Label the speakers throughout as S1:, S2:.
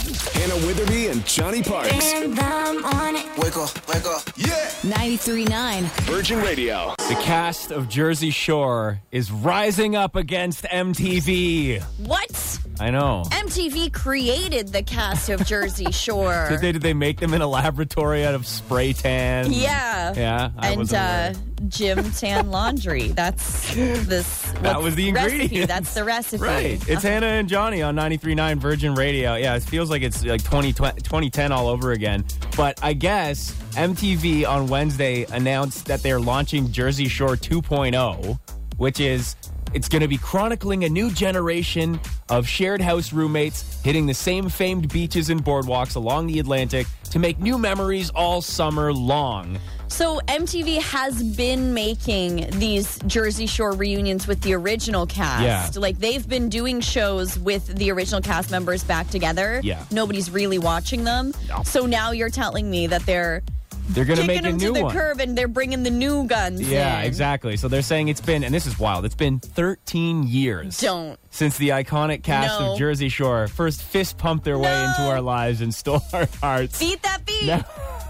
S1: Hannah Witherby and Johnny Parks.
S2: Wake up, wake up.
S3: 939.
S1: Virgin Radio.
S4: The cast of Jersey Shore is rising up against MTV.
S3: What?
S4: I know.
S3: MTV created the cast of Jersey Shore.
S4: Did they, did they make them in a laboratory out of spray tan?
S3: yeah.
S4: Yeah. I
S3: and
S4: wasn't aware.
S3: uh, Jim Tan Laundry. That's this.
S4: That
S3: what's-
S4: was the
S3: recipe.
S4: ingredients.
S3: That's the recipe.
S4: Right. It's Hannah and Johnny on 93.9 Virgin Radio. Yeah, it feels like it's like 20, 2010 all over again. But I guess MTV on Wednesday announced that they're launching Jersey Shore 2.0, which is it's going to be chronicling a new generation of shared house roommates hitting the same famed beaches and boardwalks along the Atlantic to make new memories all summer long.
S3: So MTV has been making these Jersey Shore reunions with the original cast.
S4: Yeah.
S3: Like they've been doing shows with the original cast members back together.
S4: Yeah.
S3: Nobody's really watching them.
S4: No.
S3: So now you're telling me that they're
S4: They're going to
S3: kicking
S4: make a
S3: them
S4: new
S3: to the
S4: one.
S3: curb and they're bringing the new guns.
S4: Yeah,
S3: in.
S4: exactly. So they're saying it's been, and this is wild, it's been 13 years.
S3: Don't.
S4: Since the iconic cast
S3: No.
S4: of Jersey Shore first fist pumped their way
S3: No.
S4: into our lives and stole our hearts.
S3: Beat that beat.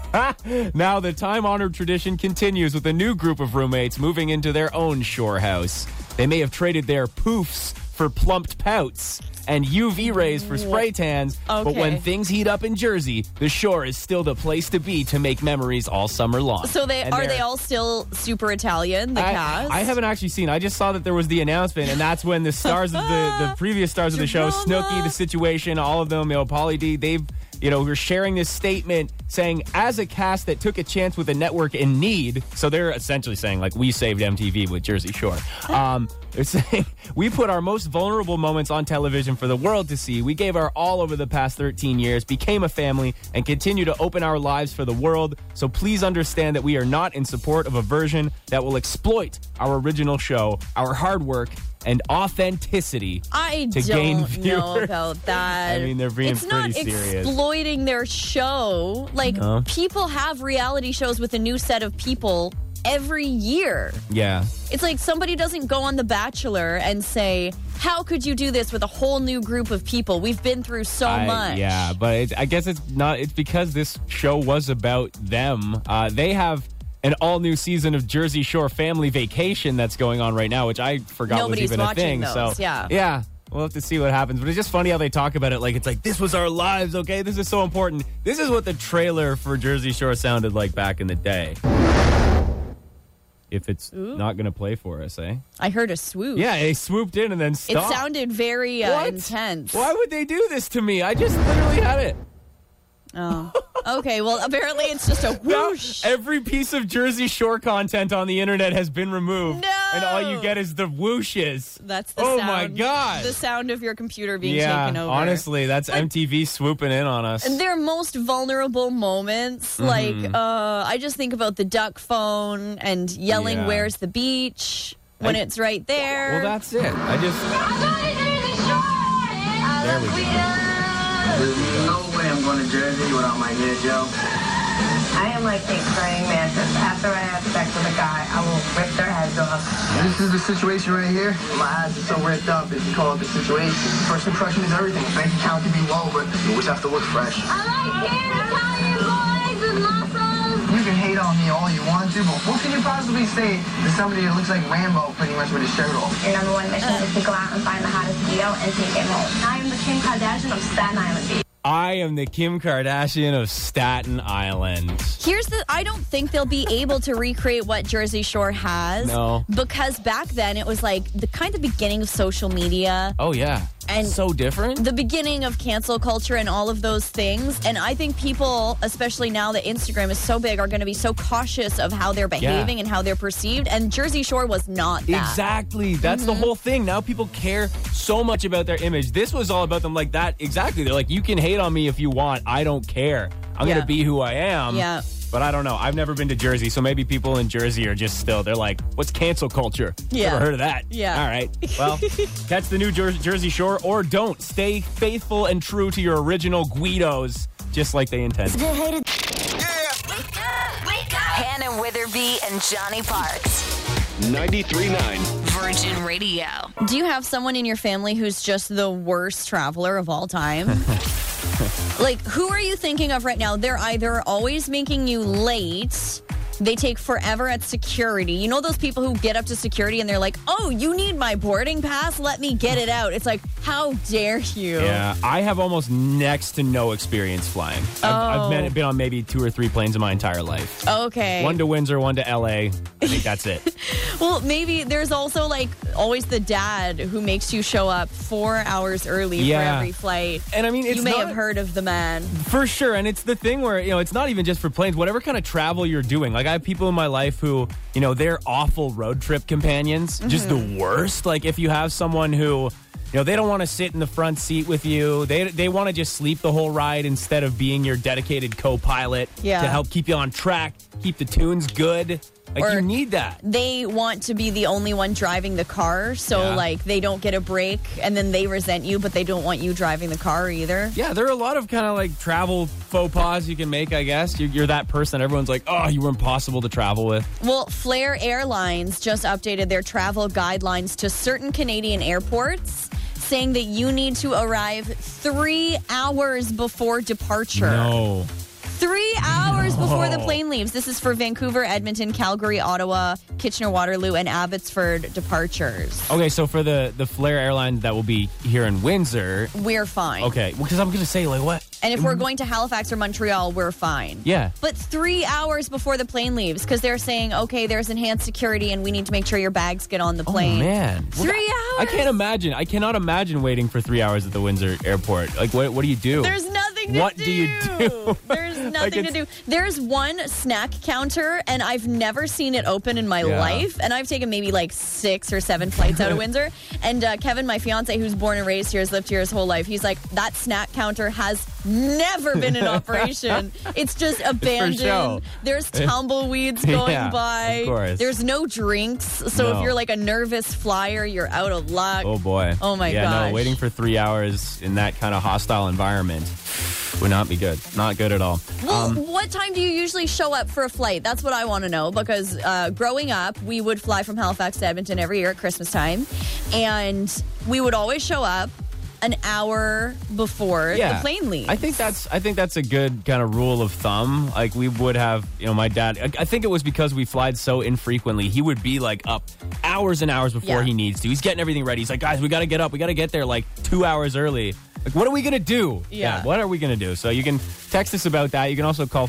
S4: now the time honored tradition continues with a new group of roommates moving into their own shore house. They may have traded their poofs for plumped pouts and UV rays for spray tans, but
S3: Okay.
S4: when things heat up in Jersey, the shore is still the place to be to make memories all summer long.
S3: So they
S4: And
S3: are
S4: they're-
S3: they all still super Italian, the
S4: I,
S3: cast?
S4: I haven't actually seen. I just saw that there was the announcement, and that's when the stars of the the previous stars of the show,
S3: Drama.
S4: Snooki, the situation, all of them, you know, Polly D, they've you know, we're sharing this statement saying, as a cast that took a chance with a network in need, so they're essentially saying, like, we saved MTV with Jersey Shore. Um, they're saying, we put our most vulnerable moments on television for the world to see. We gave our all over the past 13 years, became a family, and continue to open our lives for the world. So please understand that we are not in support of a version that will exploit our original show, our hard work, and authenticity.
S3: I
S4: to
S3: don't
S4: gain
S3: know
S4: viewers.
S3: about that.
S4: I mean, they're being
S3: it's not
S4: pretty serious. Uh-huh.
S3: exploiting their show. Like people have reality shows with a new set of people every year.
S4: Yeah.
S3: It's like somebody doesn't go on The Bachelor and say, "How could you do this with a whole new group of people? We've been through so
S4: I-
S3: much."
S4: Yeah, but it, I guess it's not. It's because this show was about them. Uh, they have an all new season of Jersey Shore Family Vacation that's going on right now, which I forgot
S3: Nobody's
S4: was even a
S3: watching
S4: thing.
S3: those,
S4: so
S3: yeah.
S4: yeah. We'll have to see what happens, but it's just funny how they talk about it. Like it's like this was our lives, okay? This is so important. This is what the trailer for Jersey Shore sounded like back in the day. If it's not going to play for us, eh?
S3: I heard a swoop.
S4: Yeah, they swooped in and then
S3: It
S4: stopped.
S3: sounded very uh,
S4: What?
S3: intense.
S4: Why would they do this to me? I just literally had it.
S3: Oh. Okay, well, apparently it's just a
S4: Now,
S3: whoosh.
S4: every piece of Jersey Shore content on the internet has been removed.
S3: No!
S4: And all you get is the whooshes.
S3: That's the
S4: Oh
S3: sound.
S4: my God.
S3: The sound of your computer being
S4: yeah,
S3: taken over.
S4: honestly, that's MTV swooping in on us.
S3: Their most vulnerable moments,
S4: Mm-hmm.
S3: like uh, I just think about the duck phone and yelling,
S4: Yeah.
S3: "Where's the beach?" when
S4: I-
S3: it's right there.
S4: Well, that's it. I just. There we go.
S2: There's no way I'm going to Jersey without my year, Joe.
S5: I am like a praying mantis. After I have sex with a guy, I will rip their heads off.
S2: This is the situation right here. My eyes are so ripped up, it's called the situation. First impression is everything. Bank account can be low, but you always have to look fresh. You can hate on me all you want to, but what can you possibly say to somebody that looks like Rambo pretty much with his shirt off?
S5: Your number one mission is to go out and find the hottest video and take it home. I am the Kim Kardashian of Staten Island.
S4: I am the Kim Kardashian of Staten Island.
S3: Here's the I don't think they'll be able to recreate what Jersey Shore has.
S4: No.
S3: Because back then it was like the kind of beginning of social media.
S4: Oh, yeah.
S3: And-
S4: so different.
S3: the beginning of cancel culture and all of those things. And I think people, especially now that Instagram is so big, are going to be so cautious of how they're behaving and how they're perceived. And Jersey Shore was not that. Mm-hmm.
S4: Exactly. That's the whole thing. Now people care so much about their image. This was all about them like that. Exactly. They're like, you can hate on me if you want. I don't care. I'm
S3: Yeah.
S4: going to be who I am.
S3: Yeah.
S4: But I don't know. I've never been to Jersey, so maybe people in Jersey are just still. They're like, "What's cancel culture?
S3: Yeah.
S4: Never heard of that."
S3: Yeah.
S4: All right. Well, catch the new Jer- Jersey Shore, or don't. Stay faithful and true to your original Guidos, just like they intended.
S6: Hannah Witherby and Johnny Parks.
S1: 93.9
S6: Virgin Radio.
S3: Do you have someone in your family who's just the worst traveler of all time? Like, who are you thinking of right now? They're either always making you late. They take forever at security. You know those people who get up to security and they're like, "Oh, you need my boarding pass? Let me get it out." It's like, how dare you?
S4: Yeah, I have almost next to no experience flying. I've, I've
S3: Oh.
S4: been, been on maybe two or three planes in my entire life.
S3: Okay.
S4: One to Windsor, one to LA. I think that's it.
S3: well, maybe there's also like always the dad who makes you show up four hours early
S4: Yeah.
S3: for every flight.
S4: And I mean, it's
S3: you may
S4: not-
S3: have heard of the man.
S4: For sure. And it's the thing where, you know, it's not even just for planes, whatever kind of travel you're doing. Like, I have people in my life who, you know, they're awful road trip companions, just the worst. Like, if you have someone who, you know, they don't want to sit in the front seat with you, they, they want to just sleep the whole ride instead of being your dedicated co pilot
S3: Yeah.
S4: to help keep you on track, keep the tunes good. Like,
S3: Or-
S4: you need that.
S3: They want to be the only one driving the car, so
S4: Yeah.
S3: like they don't get a break, and then they resent you, but they don't want you driving the car either.
S4: Yeah, there are a lot of kind of like travel faux pas you can make, I guess. You're, you're that person that everyone's like, oh, you were impossible to travel with.
S3: Well, Flair Airlines just updated their travel guidelines to certain Canadian airports, saying that you need to arrive three hours before departure.
S4: No.
S3: Three hours before the
S4: No.
S3: plane leaves. This is for Vancouver, Edmonton, Calgary, Ottawa, Kitchener Waterloo, and Abbotsford departures.
S4: Okay, so for the the Flair airline that will be here in Windsor.
S3: We're fine.
S4: Okay, because I'm gonna say like what?
S3: And if we're going to Halifax or Montreal, we're fine.
S4: Yeah.
S3: But three hours before the plane leaves, because they're saying, okay, there's enhanced security and we need to make sure your bags get on the plane.
S4: Oh, Man,
S3: Three
S4: I
S3: hours.
S4: can't imagine. I cannot imagine waiting for three hours at the Windsor airport. Like, what? What do you do?
S3: There's nothing to
S4: What
S3: do.
S4: do you do?
S3: There's nothing to
S4: it's-
S3: do. There's one snack counter, and I've never seen it open in my
S4: Yeah.
S3: life. And I've taken maybe like six or seven flights out of Windsor. And uh, Kevin, my fiance, who's born and raised here, has lived here his whole life. He's like, that snack counter has never been in operation. it's just abandoned.
S4: show.
S3: There's tumbleweeds going
S4: Yeah,
S3: by.
S4: of course.
S3: There's no drinks. So
S4: No.
S3: if you're like a nervous flyer, you're out of luck.
S4: oh boy.
S3: Oh my
S4: yeah,
S3: gosh.
S4: no, waiting for three hours in that kind of hostile environment would not be good. Not good at all.
S3: Well,
S4: Um,
S3: what time do you usually show up for a flight? That's what I want to know because uh, growing up, we would fly from Halifax to Edmonton every year at Christmas time, and we would always show up an hour before the plane leaves.
S4: I think that's I think that's a good kind of rule of thumb. Like we would have, you know, my dad. I, I think it was because we flied so infrequently. He would be like up hours and hours before
S3: Yeah.
S4: he needs to. He's getting everything ready. He's like, guys, we got to get up. We got to get there like two hours early. Like, what are we gonna do?
S3: Yeah.
S4: What are we gonna do? So you can text us about that. You can also call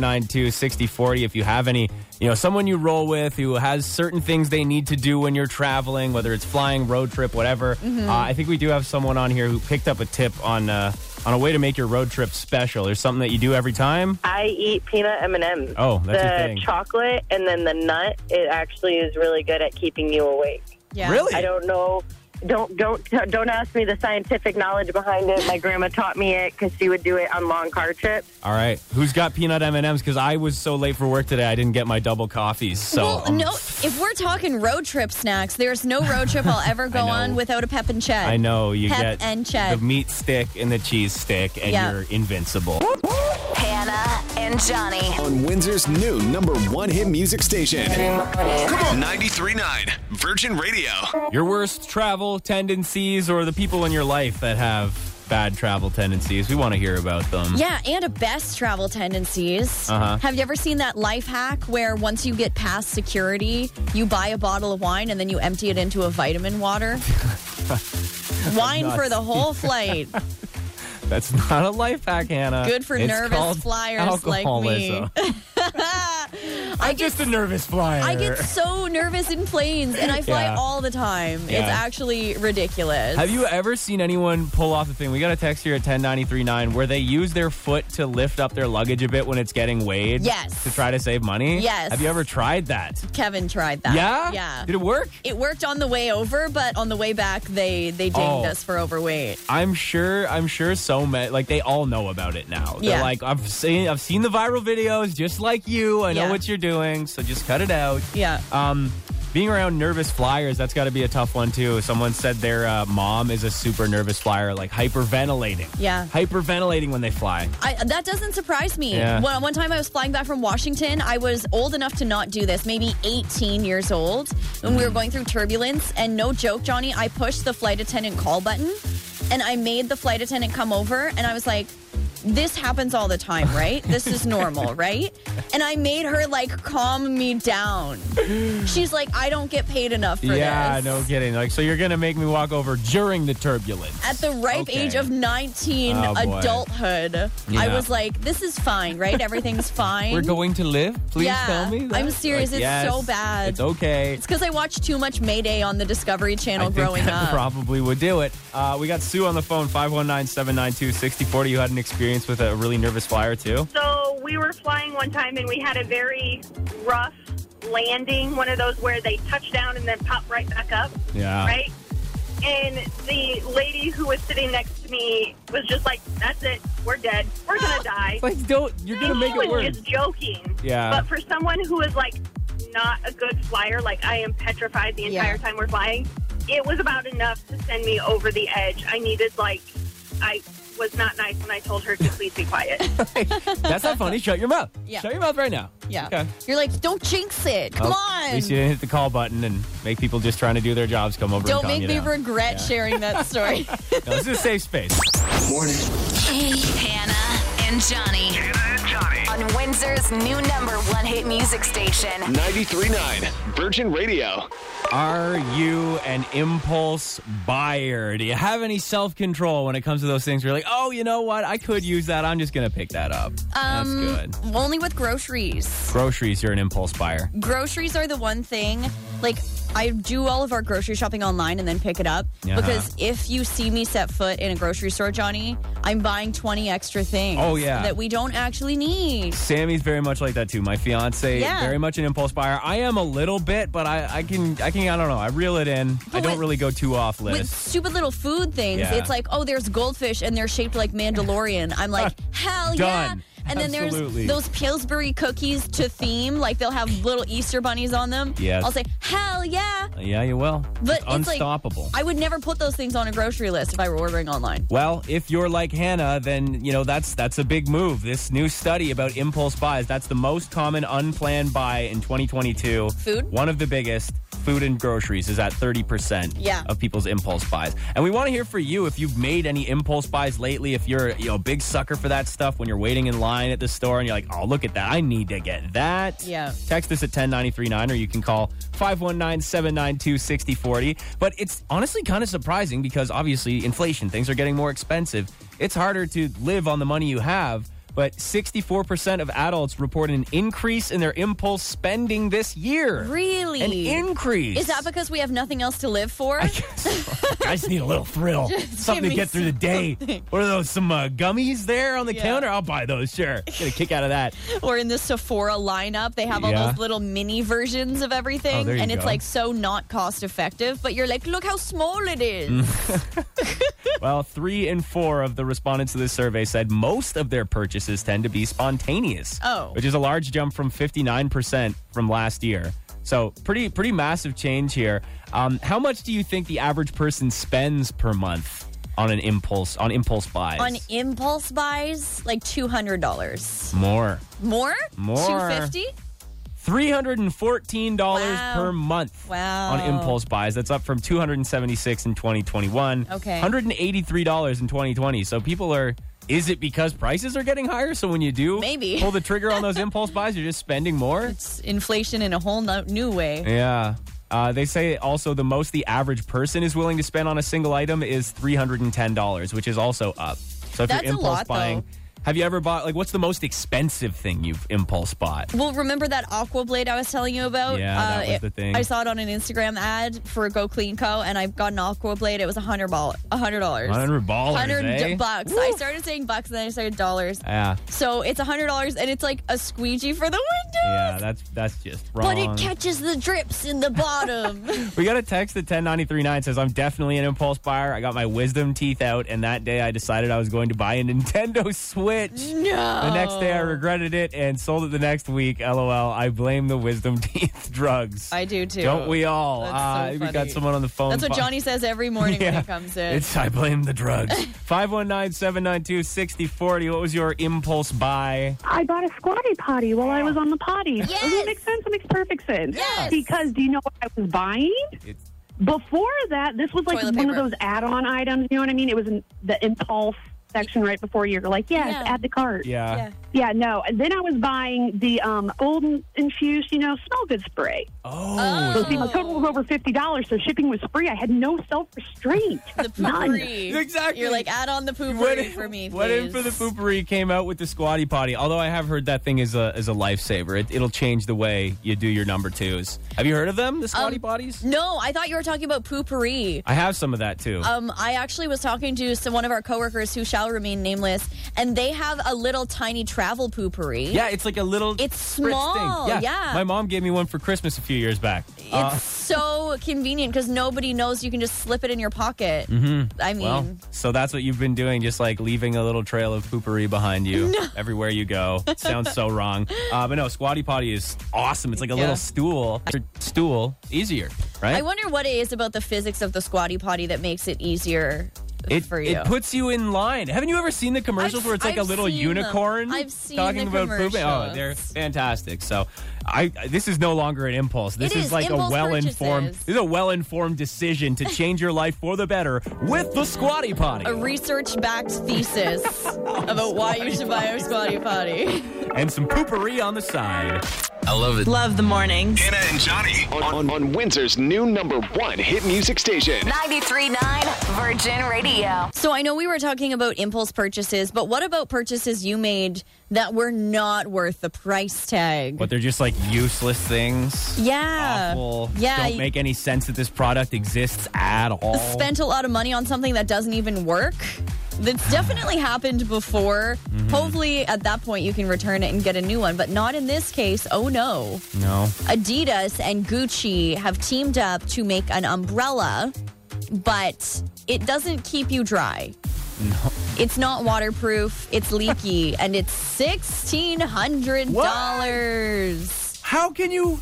S4: 519-792-6040 if you have any, you know, someone you roll with who has certain things they need to do when you're traveling, whether it's flying, road trip, whatever.
S3: Mm-hmm.
S4: Uh, I think we do have someone on here who picked up a tip on uh, on a way to make your road trip special. There's something that you do every time.
S7: I eat peanut M and M's.
S4: Oh, that's your
S7: the
S4: thing.
S7: chocolate and then the nut. It actually is really good at keeping you awake.
S3: yeah.
S4: Really?
S7: I don't know. Don't don't don't ask me the scientific knowledge behind it. My grandma taught me it because she would do it on long car trips.
S4: All right. Who's got peanut M&Ms? Because I was so late for work today, I didn't get my double coffees. So
S3: Well,
S4: um,
S3: no. If we're talking road trip snacks, there's no road trip I'll ever go
S4: know.
S3: on without a pep and ched.
S4: I know you
S3: Pep
S4: get
S3: and cheddar.
S4: the meat stick and the cheese stick, and
S3: Yeah.
S4: you're invincible.
S6: Hannah and Johnny.
S1: On Windsor's new number one hit music station. 93.9 Virgin Radio.
S4: Your worst travel tendencies, or the people in your life that have bad travel tendencies, we want to hear about them.
S3: Yeah, and a best travel tendencies.
S4: Uh-huh.
S3: Have you ever seen that life hack where once you get past security, you buy a bottle of wine and then you empty it into a vitamin water? wine for the whole flight.
S4: That's not a life hack, Hannah.
S3: Good for
S4: It's
S3: nervous
S4: called
S3: flyers like me.
S4: alcoholism.
S3: I get,
S4: Just a nervous flyer.
S3: I get so nervous in planes and I fly
S4: Yeah.
S3: all the time.
S4: Yeah.
S3: It's actually ridiculous.
S4: Have you ever seen anyone pull off the thing? We got a text here at 10939 where they use their foot to lift up their luggage a bit when it's getting weighed.
S3: Yes.
S4: To try to save money?
S3: Yes.
S4: Have you ever tried that?
S3: Kevin tried that.
S4: yeah?
S3: Yeah.
S4: Did it work?
S3: It worked on the way over, but on the way back, they they dinged
S4: Oh.
S3: us for overweight.
S4: I'm sure. I'm sure so many. Like they all know about it now. They're
S3: Yeah.
S4: like, I've seen. I've seen the viral videos, just like you. I know
S3: Yeah.
S4: what you're doing. So just cut it out.
S3: Yeah.
S4: Um, being around nervous flyers, that's got to be a tough one too. Someone said their uh, mom is a super nervous flyer, like hyperventilating.
S3: Yeah.
S4: Hyperventilating when they fly.
S3: I, that doesn't surprise me.
S4: Yeah.
S3: One, one time I was flying back from Washington. I was old enough to not do this, maybe 18 years old, and we were going through turbulence. And no joke, Johnny, I pushed the flight attendant call button. and I made the flight attendant come over and I was like, this happens all the time, right? This is normal, right? And I made her like calm me down. She's like, I don't get paid enough for
S4: yeah,
S3: this.
S4: no kidding. Like, so you're gonna make me walk over during the turbulence.
S3: At the ripe
S4: Okay.
S3: age of 19,
S4: Oh, boy.
S3: adulthood, I
S4: Yeah.
S3: was like, this is fine, right? Everything's fine.
S4: We're going to live. Please
S3: Yeah,
S4: tell me. That.
S3: I'm serious. It's so bad.
S4: It's okay.
S3: It's because I watched too much Mayday on the Discovery Channel
S4: I think
S3: growing
S4: that
S3: up.
S4: probably would do it. Uh, we got Sue on the phone, 519-792-6040. You had an experience with a really nervous flyer, too?
S8: So we were flying one time and we had a very rough landing, one of those where they touch down and then pop right back up,
S4: Yeah.
S8: right? And the lady who was sitting next to me was just like, "That's it, we're dead, we're gonna die."
S4: It's like, don't, you're going to
S8: and
S4: make
S8: she
S4: it
S8: was
S4: worse.
S8: just joking.
S4: Yeah.
S8: But for someone who is like not a good flyer, like I am petrified the entire
S3: Yeah.
S8: time we're flying, it was about enough to send me over the edge. I needed like I was not nice when I told her to please be quiet.
S4: That's not funny. Shut your mouth.
S3: Yeah.
S4: Shut your mouth right now.
S3: Yeah.
S4: Okay.
S3: You're like, don't jinx it. Come
S4: Well, At
S3: on.
S4: least you didn't hit the call button and make people just trying to do their jobs come over
S3: Don't
S4: and calm
S3: make
S4: you
S3: me
S4: down.
S3: regret sharing that story.
S4: No, this is a safe space.
S2: Morning.
S6: Hannah and Johnny on Windsor's new number one hit music station.
S1: 93.9 Virgin Radio.
S4: Are you an impulse buyer? Do you have any self control when it comes to those things where you're like, oh, you know what? I could use that. I'm just going to pick that up. That's
S3: Um,
S4: good.
S3: Only with groceries.
S4: Groceries, you're an impulse buyer.
S3: Groceries are the one thing. Like, I do all of our grocery shopping online and then pick it up.
S4: Uh-huh.
S3: Because if you see me set foot in a grocery store, Johnny, I'm buying 20 extra things
S4: Oh, yeah.
S3: that we don't actually need.
S4: Sammy's very much like that too. My fiance,
S3: Yeah.
S4: very much an impulse buyer. I am a little bit, but I, I can, I can, I don't know. I reel it in. I
S3: But
S4: don't
S3: with-
S4: really go too off
S3: With
S4: list.
S3: stupid little food things,
S4: Yeah.
S3: it's like, oh, there's goldfish and they're shaped like Mandalorian. I'm like, hell yeah.
S4: Done.
S3: And then
S4: Absolutely.
S3: there's those Pillsbury cookies to theme, like they'll have little Easter bunnies on them.
S4: Yes.
S3: I'll say, hell yeah.
S4: yeah, you will.
S3: But
S4: It's
S3: it's like-
S4: unstoppable.
S3: I would never put those things on a grocery list if I were ordering online.
S4: Well, if you're like Hannah, then you know that's that's a big move. This new study about impulse buys, that's the most common unplanned buy in 2022.
S3: Food?
S4: One of the biggest. Food and groceries is at 30%
S3: Yeah.
S4: of people's impulse buys. And we want to hear for you if you've made any impulse buys lately, if you're you know, a big sucker for that stuff when you're waiting in line at the store and you're like, oh, look at that. I need to get that.
S3: Yeah.
S4: Text us at 10939 or you can call 519-792-6040. But it's honestly kind of surprising because obviously inflation, things are getting more expensive. It's harder to live on the money you have. But 64% of adults report an increase in their impulse spending this year.
S3: Really?
S4: An increase.
S3: Is that because we have nothing else to live for?
S4: I just need a little thrill. Something to
S3: me
S4: get through the day. What are those? Some uh, gummies there on the
S3: Yeah.
S4: counter? I'll buy those, sure. Get a kick out of that.
S3: or in the Sephora lineup, they have all
S4: Yeah.
S3: those little mini versions of
S4: Oh,
S3: everything,
S4: there you
S3: and it's
S4: go.
S3: like so not cost effective. But you're like, look how small it is.
S4: Mm. Well, three in four of the respondents to this survey said most of their purchases tend to be spontaneous.
S3: Oh.
S4: Which is a large jump from 59% from last year. So pretty pretty massive change here. Um, how much do you think the average person spends per month on an impulse on impulse buys?
S3: On impulse buys, like two hundred dollars
S4: More.
S3: more,
S4: More.
S3: two fifty.
S4: $314
S3: Wow.
S4: per month
S3: Wow.
S4: on impulse buys. That's up from 276 in 2021.
S3: Okay.
S4: $183 in 2020. So people are is it because prices are getting higher? So when you do
S3: Maybe.
S4: pull the trigger on those impulse buys, you're just spending more?
S3: It's inflation in a whole no- new way.
S4: Yeah. Uh, they say also the most the average person is willing to spend on a single item is $310, which is also up. So if
S3: That's a
S4: you're impulse
S3: lot, though.
S4: buying, have you ever bought like what's the most expensive thing you've impulse bought?
S3: Well, remember that aqua blade I was telling you about? Uh,
S4: Yeah, that was
S3: it-
S4: the thing.
S3: I saw it on an Instagram ad for Go Clean Co. And I got an aqua blade. It was a hundred ball, a hundred dollars,
S4: $100,
S3: hundred
S4: eh?
S3: bucks. I started saying bucks, and then I started dollars.
S4: Yeah.
S3: so it's a hundred dollars, and it's like a squeegee for the window,
S4: Yeah, that's that's just wrong.
S3: but it catches the drips in the bottom.
S4: we got a text at 10939 says, I'm definitely an impulse buyer. I got my wisdom teeth out, and that day I decided I was going to buy a Nintendo Switch.
S3: no.
S4: The next day I regretted it and sold it the next week. LOL. I blame the wisdom teeth drugs.
S3: I do too.
S4: Don't we all?
S3: That's
S4: uh,
S3: so
S4: we got
S3: funny.
S4: someone on the phone.
S3: That's what
S4: Fi-
S3: Johnny says every morning when
S4: Yeah.
S3: he comes in.
S4: It's I blame the drugs. 519 792 6040. What was your impulse buy?
S9: I bought a squatty potty while I was on the potty. Does
S3: Yes.
S9: It makes sense. It makes perfect sense.
S3: Yes.
S9: Because do you know what I was buying?
S4: It's
S9: Before that, this was like
S3: Toilet
S9: one
S3: paper.
S9: of those add-on items. You know what I mean? It was in the impulse section right before you're like, yes,
S3: Yeah.
S9: add the cart.
S4: Yeah.
S3: Yeah.
S9: Yeah, no. And then I was buying the um, golden infused, you know, smell good spray.
S4: Oh.
S9: So see, my total was over fifty dollars. So shipping was free. I had no self restraint.
S3: The poopery.
S4: Exactly.
S3: You're like, add on the poopery
S4: What if,
S3: for me, please.
S4: what if for the poopery came out with the squatty potty? Although I have heard that thing is a is a lifesaver. It, it'll change the way you do your number twos. Have you heard of them, the squatty
S3: Um,
S4: potties?
S3: No, I thought you were talking about poopery.
S4: I have some of that too.
S3: Um, I actually was talking to some, one of our coworkers who shall remain nameless, and they have a little tiny travel poopery.
S4: yeah, it's like a little.
S3: It's
S4: spritz
S3: small,
S4: Thing.
S3: yeah.
S4: My mom gave me one for Christmas a few years back. Uh,
S3: It's so convenient because nobody knows you can just slip it in your pocket. I mean,
S4: Mm-hmm. Well, so that's what you've been doing, just like leaving a little trail of poopery behind you everywhere you go. Sounds so wrong. Uh, but no, squatty potty is awesome. It's like a
S3: Yeah.
S4: little stool. Stool, easier, right?
S3: I wonder what it is about the physics of the squatty potty that makes it easier
S4: it,
S3: for you.
S4: it puts you in line. Haven't you ever seen the commercials
S3: I've-
S4: where it's like
S3: I've
S4: a little
S3: seen them.
S4: unicorn
S3: I've seen
S4: talking
S3: the
S4: about pooping? Oh,
S3: commercials.
S4: they're fantastic. So, I this is no longer an impulse. This
S3: It
S4: is,
S3: is.
S4: like
S3: Impulse
S4: a well-informed.
S3: purchases.
S4: This is a well-informed decision to change your life for the better with the squatty potty.
S3: a research-backed thesis about why you should buy a squatty potty.
S4: and some poopery on the side.
S10: I love it.
S11: Love the mornings.
S1: Hannah and Johnny on, on, on Windsor's new number one hit music station.
S6: 93.9 Virgin Radio.
S3: So I know we were talking about impulse purchases, but what about purchases you made that were not worth the price tag?
S4: But they're just like useless things.
S3: Yeah.
S4: Awful.
S3: Yeah.
S4: Don't make any sense that this product exists at all.
S3: spent a lot of money on something that doesn't even work. That's definitely happened before. Hopefully, at that point, you can return it and get a new one, but not in this case. Oh no.
S4: no.
S3: Adidas and Gucci have teamed up to make an umbrella, but it doesn't keep you dry. No. It's not waterproof, it's leaky, and it's $1,600.
S4: How can you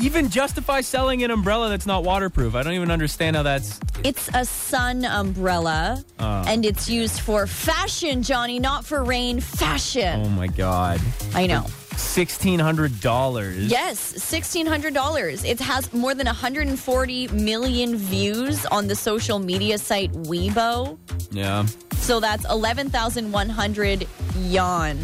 S4: even justify selling an umbrella that's not waterproof? I don't even understand how that's.
S3: It's a sun umbrella, and it's used for fashion, Johnny, not for rain, fashion.
S4: Oh my god.
S3: I know.
S4: Sixteen hundred dollars.
S3: Yes, $1,600. It has more than 140 million views on the social media site Weibo.
S4: Yeah.
S3: So that's 11,100 yon.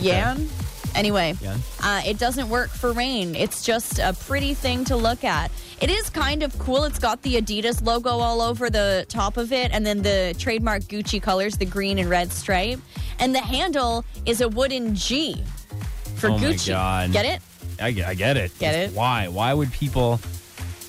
S3: Yan? Anyway,
S4: Yan.
S3: Uh, it doesn't work for rain. It's just a pretty thing to look at. It is kind of cool. It's got the Adidas logo all over the top of it, and then the trademark Gucci colors, the green and red stripe. And the handle is a wooden G for
S4: Oh my
S3: Gucci.
S4: God.
S3: Get it?
S4: I, get- I get it.
S3: Get
S4: Just
S3: it?
S4: Why? Why would people?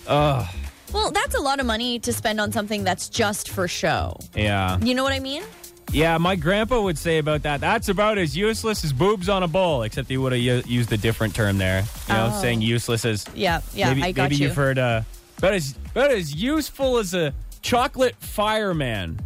S3: Well, that's a lot of money to spend on something that's just for show.
S4: Yeah.
S3: You know what I mean?
S4: Yeah. My grandpa would say about that. That's about as useless as boobs on a bowl, except he would have u- used a different term there. You know,
S3: Oh.
S4: saying useless as.
S3: Yeah, yeah,
S4: maybe,
S3: I got
S4: maybe
S3: you.
S4: have heard uh, about as about as useful as a chocolate fireman.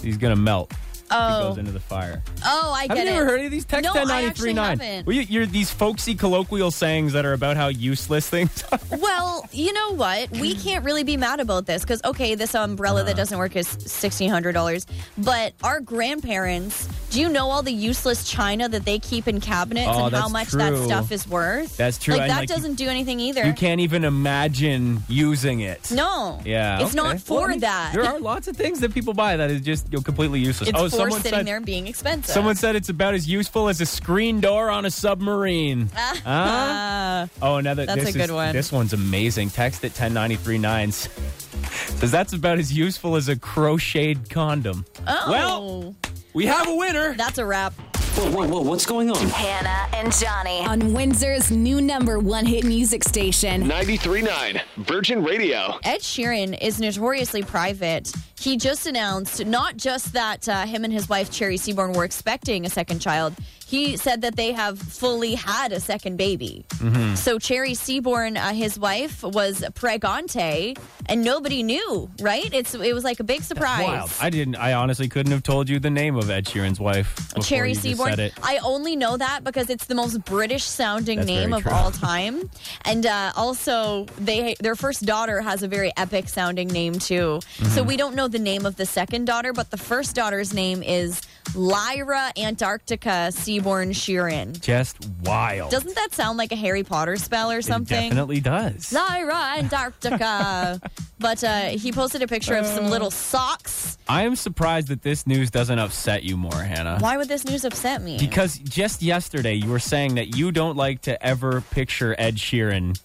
S4: He's gonna melt. He
S3: oh,
S4: goes into the fire.
S3: oh, I get
S4: Have you
S3: it.
S4: ever heard of these? Text
S3: No, I
S4: ten
S3: actually
S4: ninety three nine.
S3: haven't.
S4: Well, you, you're these folksy colloquial sayings that are about how useless things are.
S3: Well, you know what? We can't really be mad about this because, okay, this umbrella
S4: Uh-huh.
S3: that doesn't work is $1,600. But our grandparents, do you know all the useless china that they keep in cabinets
S4: Oh,
S3: and how
S4: that's
S3: much that
S4: true.
S3: stuff is worth?
S4: That's true,
S3: Like,
S4: and,
S3: that
S4: like, you-
S3: doesn't do anything either.
S4: You can't even imagine using it.
S3: No.
S4: Yeah.
S3: It's
S4: okay.
S3: not
S4: Well,
S3: for
S4: I mean,
S3: that.
S4: There are lots of things that people buy that is just you know, completely useless.
S3: it's
S4: oh,
S3: for
S4: someone
S3: sitting
S4: said,
S3: there being expensive.
S4: Someone said it's about as useful as a screen door on a submarine. Huh?
S3: uh,
S4: Oh, another.
S3: That's
S4: this
S3: a
S4: is-
S3: good one.
S4: This one's amazing. Text at ten ninety three nine says that's about as useful as a crocheted condom.
S3: oh,
S4: Well, we have a winner.
S3: that's a wrap.
S10: Whoa, whoa, whoa! What's going on?
S6: Hannah and Johnny on Windsor's new number one hit music station.
S1: 93.9 Virgin Radio.
S3: Ed Sheeran is notoriously private. He just announced not just that uh, him and his wife Cherry Seaborn were expecting a second child. He said that they have fully had a second baby.
S4: Mm-hmm.
S3: So Cherry Seaborn, uh, his wife, was pregante, and nobody knew. Right? It's it was like a big surprise.
S4: Wild. I didn't. I honestly couldn't have told you the name of Ed Sheeran's wife. before
S3: Cherry
S4: you just
S3: Seaborn.
S4: Said it.
S3: I only know that because it's the most British sounding
S4: That's
S3: name
S4: very
S3: of
S4: true.
S3: all time, and
S4: Mm-hmm.
S3: uh, also they their first daughter has a very epic sounding name too. So we don't know the name of the second daughter, but the first daughter's name is Lyra Antarctica Seaborn Sheeran.
S4: Just wild.
S3: Doesn't that sound like a Harry Potter spell or
S4: It
S3: something?
S4: definitely does.
S3: Lyra Antarctica. but uh, he posted a picture of
S4: Uh.
S3: some little socks.
S4: I am surprised that this news doesn't upset you more, Hannah.
S3: Why would this news upset me?
S4: Because just yesterday you were saying that you don't like to ever picture Ed Sheeran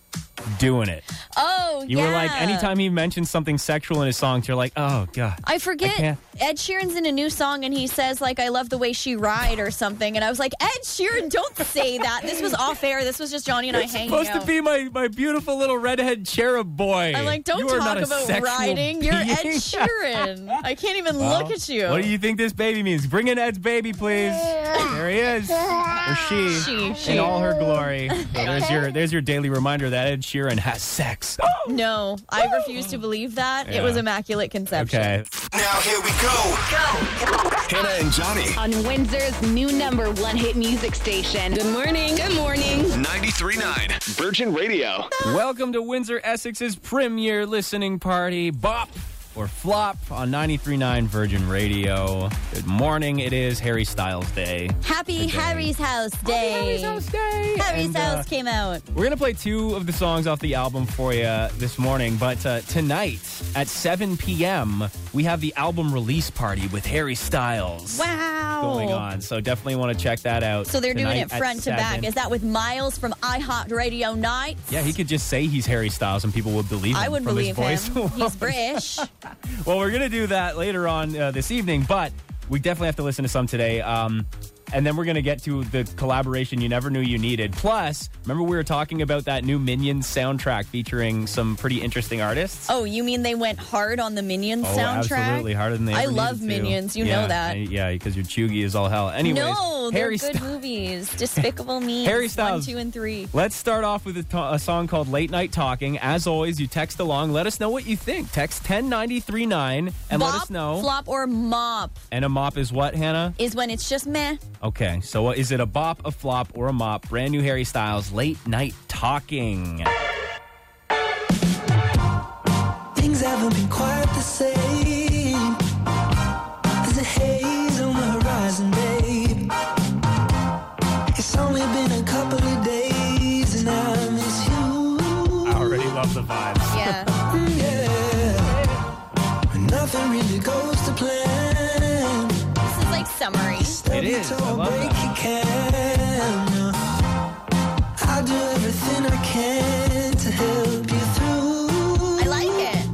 S4: doing it.
S3: oh,
S4: You
S3: yeah.
S4: were like, anytime he mentions something sexual in his songs, you're like, oh god.
S3: I
S4: I
S3: forget
S4: can't-
S3: Ed Sheeran's in a new song and he says like I love the way she ride or something and I was like Ed Sheeran don't say that this was off air this was just Johnny and
S4: You're
S3: I hanging
S4: supposed
S3: out
S4: to be my, my beautiful little redhead cherub boy.
S3: I'm like don't
S4: You are
S3: talk
S4: not a
S3: about
S4: sexual
S3: riding you're Ed
S4: being.
S3: Sheeran I can't even
S4: Well,
S3: look at you
S4: What do you think this baby means? Bring in Ed's baby, please. There he is, or she,
S3: She, she.
S4: in all her glory. So there's your there's your daily reminder that Ed Sheeran has sex.
S3: no I refuse to believe that
S4: Yeah.
S3: it was immaculate conception
S4: Okay.
S1: Now here we go. Hannah and Johnny,
S6: On Windsor's new number one hit music station. Good morning. Good morning.
S1: 93.9 Virgin Radio.
S4: Welcome to Windsor Essex's premier listening party, Bop or Flop on 93.9 Virgin Radio. Good morning. It is Harry Styles Day.
S3: Happy Harry's House Day Harry's House
S4: Day
S3: Harry's
S4: And, uh,
S3: House came out
S4: We're going to play two of the songs off the album for you this morning, but uh, tonight at 7 p.m., we have the album release party with Harry Styles
S3: wow
S4: going on. So definitely want to check that out.
S3: so they're doing
S4: tonight
S3: it
S4: at
S3: front to back
S4: 7.
S3: is that with Miles from iHeart Radio Night
S4: yeah, he could just say he's Harry Styles and people would believe him
S3: I would
S4: from
S3: believe
S4: his voice.
S3: him he's British
S4: Well, we're going to do that later on uh, this evening, but we definitely have to listen to some today. Um, and then we're going to get to the collaboration you never knew you needed. Plus, remember we were talking about that new Minions soundtrack featuring some pretty interesting artists?
S3: Oh, you mean they went hard on the Minions
S4: Oh,
S3: soundtrack?
S4: absolutely. Harder than they
S3: I
S4: ever
S3: love
S4: needed to.
S3: Minions. You
S4: Yeah,
S3: know that.
S4: I- yeah, because your Chugi is all hell. Anyways,
S3: no, they're
S4: Harry
S3: good
S4: Styles-
S3: movies. Despicable Me.
S4: Harry Styles.
S3: One, two, and three.
S4: Let's start off with a to- a song called Late Night Talking. As always, you text along. Let us know what you think. Text 10939
S3: Bop,
S4: and let us know.
S3: Flop or mop
S4: And a mop is what, Hannah?
S3: is when it's just meh.
S4: Okay, so what is it a bop, a flop, or a mop? Brand new Harry Styles, late night talking.
S11: Things haven't been quite the same. There's a haze on the horizon, babe. It's only been a couple of days, and I miss you. I
S4: already love the vibes.
S3: Yeah.
S11: Yeah. When nothing really goes to plan.
S3: this is like summary.
S11: It is. I love that. I'll do everything I can to help you through.
S3: I like it.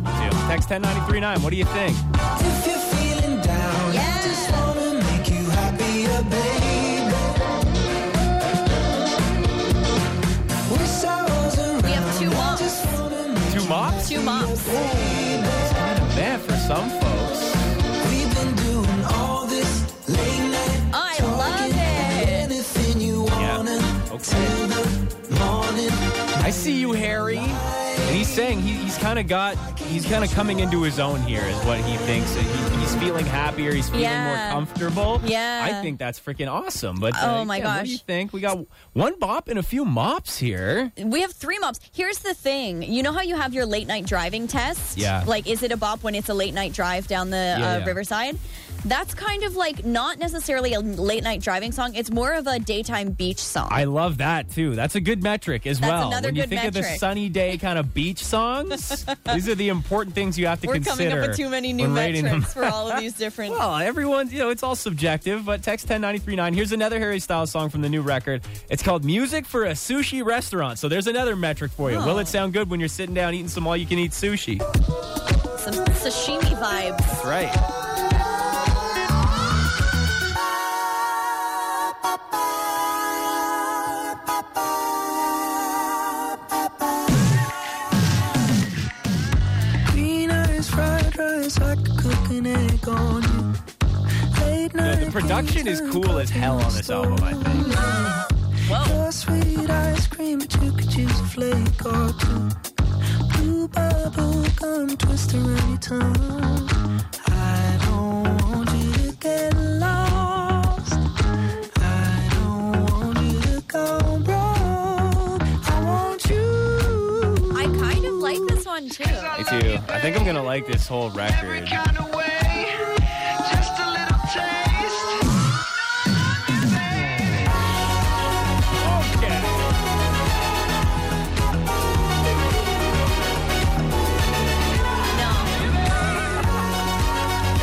S4: Text 10939. What do you think?
S11: If you're feeling down, I just wanna make you happier, babe. Wish I was around.
S3: We have two
S11: I just
S3: mops.
S11: wanna make
S4: Two mops?
S3: Two mops.
S4: Man, for some folks.
S11: We've been doing all this late night.
S3: Oh, I love it.
S11: Anything you wanna
S4: Yeah.
S11: till
S4: Okay.
S11: the morning.
S4: I see you, Harry. And he's saying he, he's kind of got, he's kind of coming into his own here, is what he thinks. He- he's feeling happier. He's feeling
S3: Yeah.
S4: more comfortable.
S3: Yeah.
S4: I think that's freaking awesome. But
S3: Oh
S4: uh,
S3: my
S4: yeah, What
S3: gosh.
S4: do you think? We got one bop and a few mops here.
S3: We have three mops. Here's the thing. You know how you have your late night driving test?
S4: Yeah.
S3: Like, is it a bop when it's a late night drive down the
S4: Yeah,
S3: uh,
S4: yeah.
S3: riverside? That's kind of like not necessarily a late night driving song. It's more of a daytime beach song.
S4: I love that too. That's a good metric as
S3: That's
S4: well.
S3: another
S4: when you
S3: good
S4: think of the
S3: metric.
S4: sunny day kind of beach songs, these are the important things you have to
S3: We're
S4: consider.
S3: coming up with too many new
S4: when rating
S3: metrics
S4: them.
S3: for all of these different.
S4: Well, everyone's, you know, it's all subjective, but text 10939. Here's another Harry Styles song from the new record. It's called Music for a Sushi Restaurant. So there's another metric for you.
S3: Oh.
S4: Will it sound good when you're sitting down eating some all you can eat sushi?
S3: some sashimi vibes.
S4: That's right.
S11: Green eyes, fried rice, I could cook an egg on you. Late
S4: The,
S11: night.
S4: the production is cool as hell on this album, I think.
S3: Whoa.
S11: Your sweet ice cream, but you could use a flake or two. Blue bubble gum twist around your tongue. I don't want you to get lost. I don't want you to go broke. I want you.
S3: I kind of like this one too.
S4: Me too. I think think I'm going to like this whole record.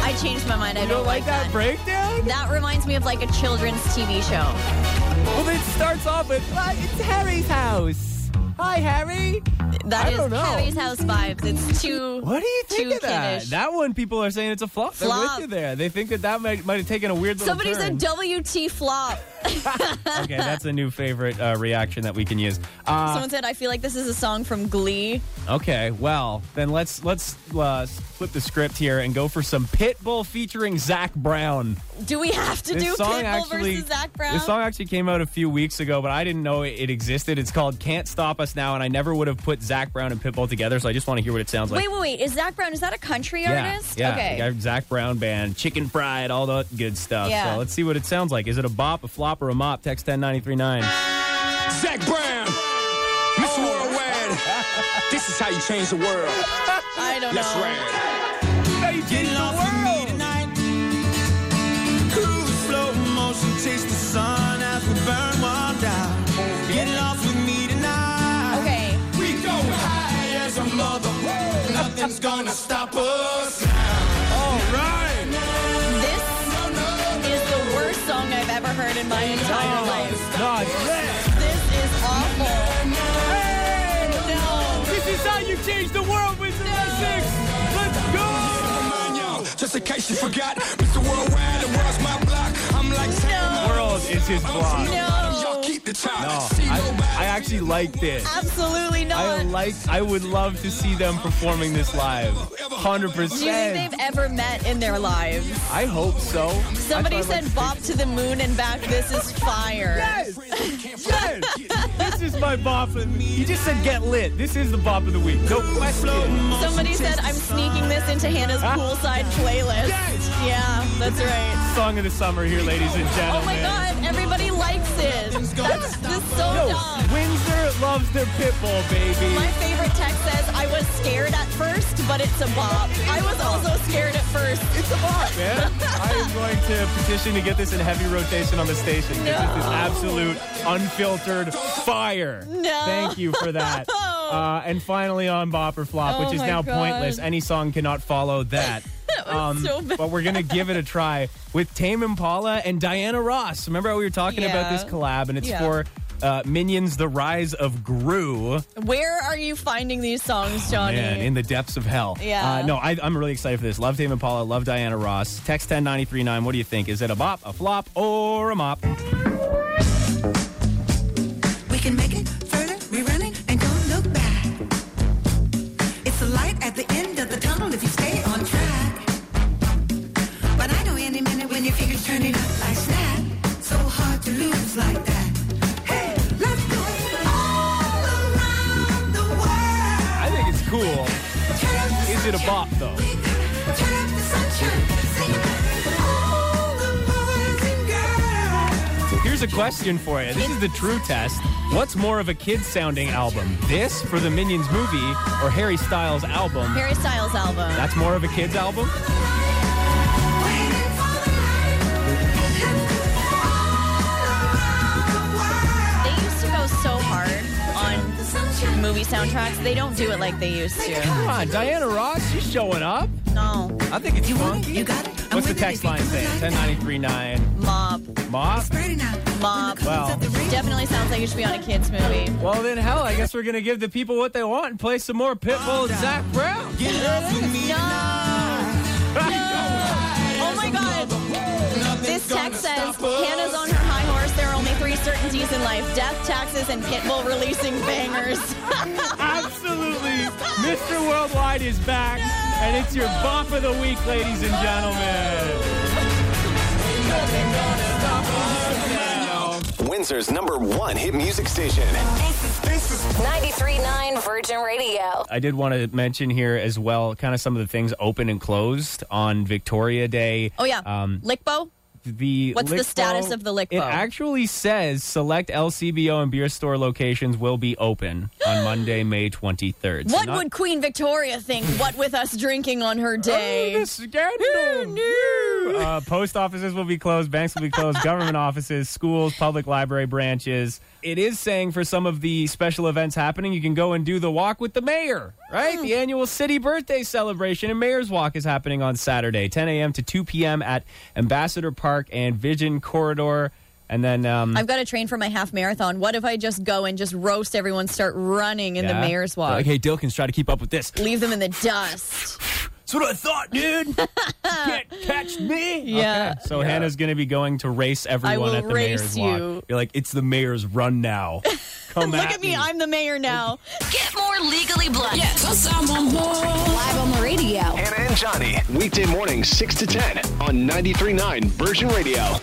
S3: I changed my mind. I don't, like that,
S4: breakdown.
S3: That reminds me of like a children's TV show.
S4: Well, it starts off with it's Harry's house. Hi, Harry.
S3: That
S4: I
S3: is
S4: don't know.
S3: Harry's house vibes. It's too.
S4: What do you think
S3: too
S4: of that?
S3: kiddish.
S4: That one, people are saying it's a flop. They're
S3: Flop.
S4: with you there. They think that that might, might have taken a weird little
S3: Somebody
S4: turn.
S3: said WT flop.
S4: okay, that's a new favorite uh, reaction that we can use. Uh,
S3: Someone said I feel like this is a song from Glee.
S4: Okay, well then let's let's uh, flip the script here and go for some Pitbull featuring Zach Brown.
S3: Do we have to
S4: This
S3: do
S4: song
S3: Pitbull
S4: actually-
S3: versus Zach Brown?
S4: This song actually came out a few weeks ago, but I didn't know it, it existed. It's called "Can't Stop Us Now," and I never would have put Zach Brown and Pitbull together. So I just want to hear what it sounds like.
S3: wait, wait, wait. Is Zach Brown? Is that a country
S4: yeah,
S3: artist?
S4: yeah.
S3: okay.
S4: the guy- Zach Brown band, Chicken Fried, all that good stuff.
S3: Yeah.
S4: So let's see what it sounds like. Is it a bop, a flop, or a mop? Text ten ninety three nine.
S12: Zach Brown, Miss Worldwide. this is how you change the world.
S3: I don't
S12: Let's
S3: know.
S12: ride. Get off of me tonight. Cruise slow motion, chase the sun as we burn one down. Get off with me tonight.
S3: Okay.
S12: We go high as a mother. Nothing's gonna stop us now. All right.
S3: This is the worst song I've ever heard in my entire life. This is awful. No.
S4: This is how you change the world with the Let's
S12: go. Just in case you forgot, Mr. Worldwide, the world's my block. I'm like no.
S4: World is his block.
S12: Y'all keep the time.
S4: No, I, I actually like this.
S3: Absolutely
S4: I
S3: not.
S4: like. I would love to see them performing this live. Hundred
S3: Do you think
S4: percent.
S3: they've ever met in their lives?
S4: I hope so.
S3: Somebody
S4: That's why I'm
S3: said bop to the moon and back. This is fire.
S4: Yes! like, This is my bop. of- You just said get lit. This is the bop of the week. No question.
S3: Somebody said I'm sneaking this into Hannah's
S4: Ah.
S3: poolside playlist. Yeah, that's right.
S4: Song of the summer here, ladies and gentlemen.
S3: Oh my god, everybody likes it. That's just so dumb.
S4: Windsor loves their pitbull, baby.
S3: My favorite text says I was scared at first, but it's a bop. I was also scared at first. It's a bop.
S4: Yeah, I am going to petition to get this in heavy rotation on the station. 'cause This is absolute, unfiltered fire.
S3: No.
S4: Thank you for that. Uh, and finally on Bop or Flop,
S3: Oh
S4: which is
S3: my
S4: now
S3: God.
S4: pointless. Any song cannot follow that. Um,
S3: That was so bad.
S4: But we're going to give it a try with Tame Impala and Diana Ross. Remember how we were talking
S3: Yeah.
S4: about this collab, and it's
S3: Yeah.
S4: for uh, Minions The Rise of Gru.
S3: Where are you finding these songs, Johnny?
S4: Man, in the depths of hell.
S3: Yeah.
S4: Uh, no, I, I'm really excited for this. Love Dave Impala. Love Diana Ross. Text 10939. What do you think? Is it a bop, a flop, or a mop?
S11: We can make it further, we run it, and don't look back. It's a light at the end of the tunnel if you stay on track. But I know any minute when your fingers turning up like snap. So hard to lose like that. Hey, let's do it all around the world.
S4: I think it's cool. Is it a bop, though?
S11: Turn up the sunshine, sing it. All the boys and girls.
S4: Here's a question for you. This is the true test. What's more of a kid sounding album? This for the Minions movie or Harry Styles' album?
S3: Harry Styles album.
S4: That's more of a kid's album?
S3: They used to go so hard on movie soundtracks. They don't do it like they used
S4: Come
S3: to.
S4: on, Diana Ross, she's showing up.
S3: No.
S4: I think it's
S11: You want it?
S4: funky.
S11: You got it? I'm
S4: What's the
S11: with it
S4: text
S11: if you
S4: line
S11: do it
S4: saying?
S11: like that.
S4: 10939.
S3: Mob.
S4: Mop?
S11: Spreading out.
S3: Mob.
S4: Well.
S3: Definitely sounds like it should be on a kid's movie.
S4: Well, then, hell, I guess we're going to give the people what they want and play some more Pitbull and Zach Brown.
S12: Get off of me
S3: Oh my god. This text says Hannah's on her high horse. There are only three certainties in life death, taxes, and Pitbull releasing bangers.
S4: Absolutely. Mr. Worldwide is back, and it's your bop of the week, ladies and gentlemen.
S1: Windsor's number one hit music station.
S6: 93.9 Virgin Radio.
S4: I did want to mention here as well kind of some of the things open and closed on Victoria Day.
S3: oh, yeah.
S4: Um,
S3: Lickbo?
S4: the
S3: What's the
S4: Lickbo-
S3: status of the Lickbo?
S4: It actually says select LCBO and beer store locations will be open on Monday, May 23rd. So
S3: What
S4: not- Oh,
S3: would Queen Victoria think? What with us drinking on her day?
S4: uh, post offices will be closed, banks will be closed, government offices, schools, public library branches. It is saying for some of the special events happening, you can go and do the walk with the mayor, right? The annual city birthday celebration and mayor's walk is happening on Saturday, 10 a.m. to 2 p.m. at Ambassador Park and Vision Corridor. And then um,
S3: I've got to train for my half marathon. What if I just go and just roast everyone, start running in
S4: Yeah.
S3: the mayor's walk?
S4: Like, hey, Dilkins, try to keep up with this.
S3: Leave them in the dust.
S4: That's what I thought, dude. you can't catch me.
S3: Yeah.
S4: So Hannah's going to be going to race everyone
S3: will
S4: at the
S3: race
S4: mayor's
S3: you.
S4: walk. You're like, it's the mayor's run now. Come
S3: Look at me. I'm the mayor now.
S6: Get more legally blunt.
S1: Yeah, 'cause I'm on board.
S6: Live on the radio.
S1: Hannah and Johnny, weekday morning 6 to 10 on 93.9 Virgin Radio.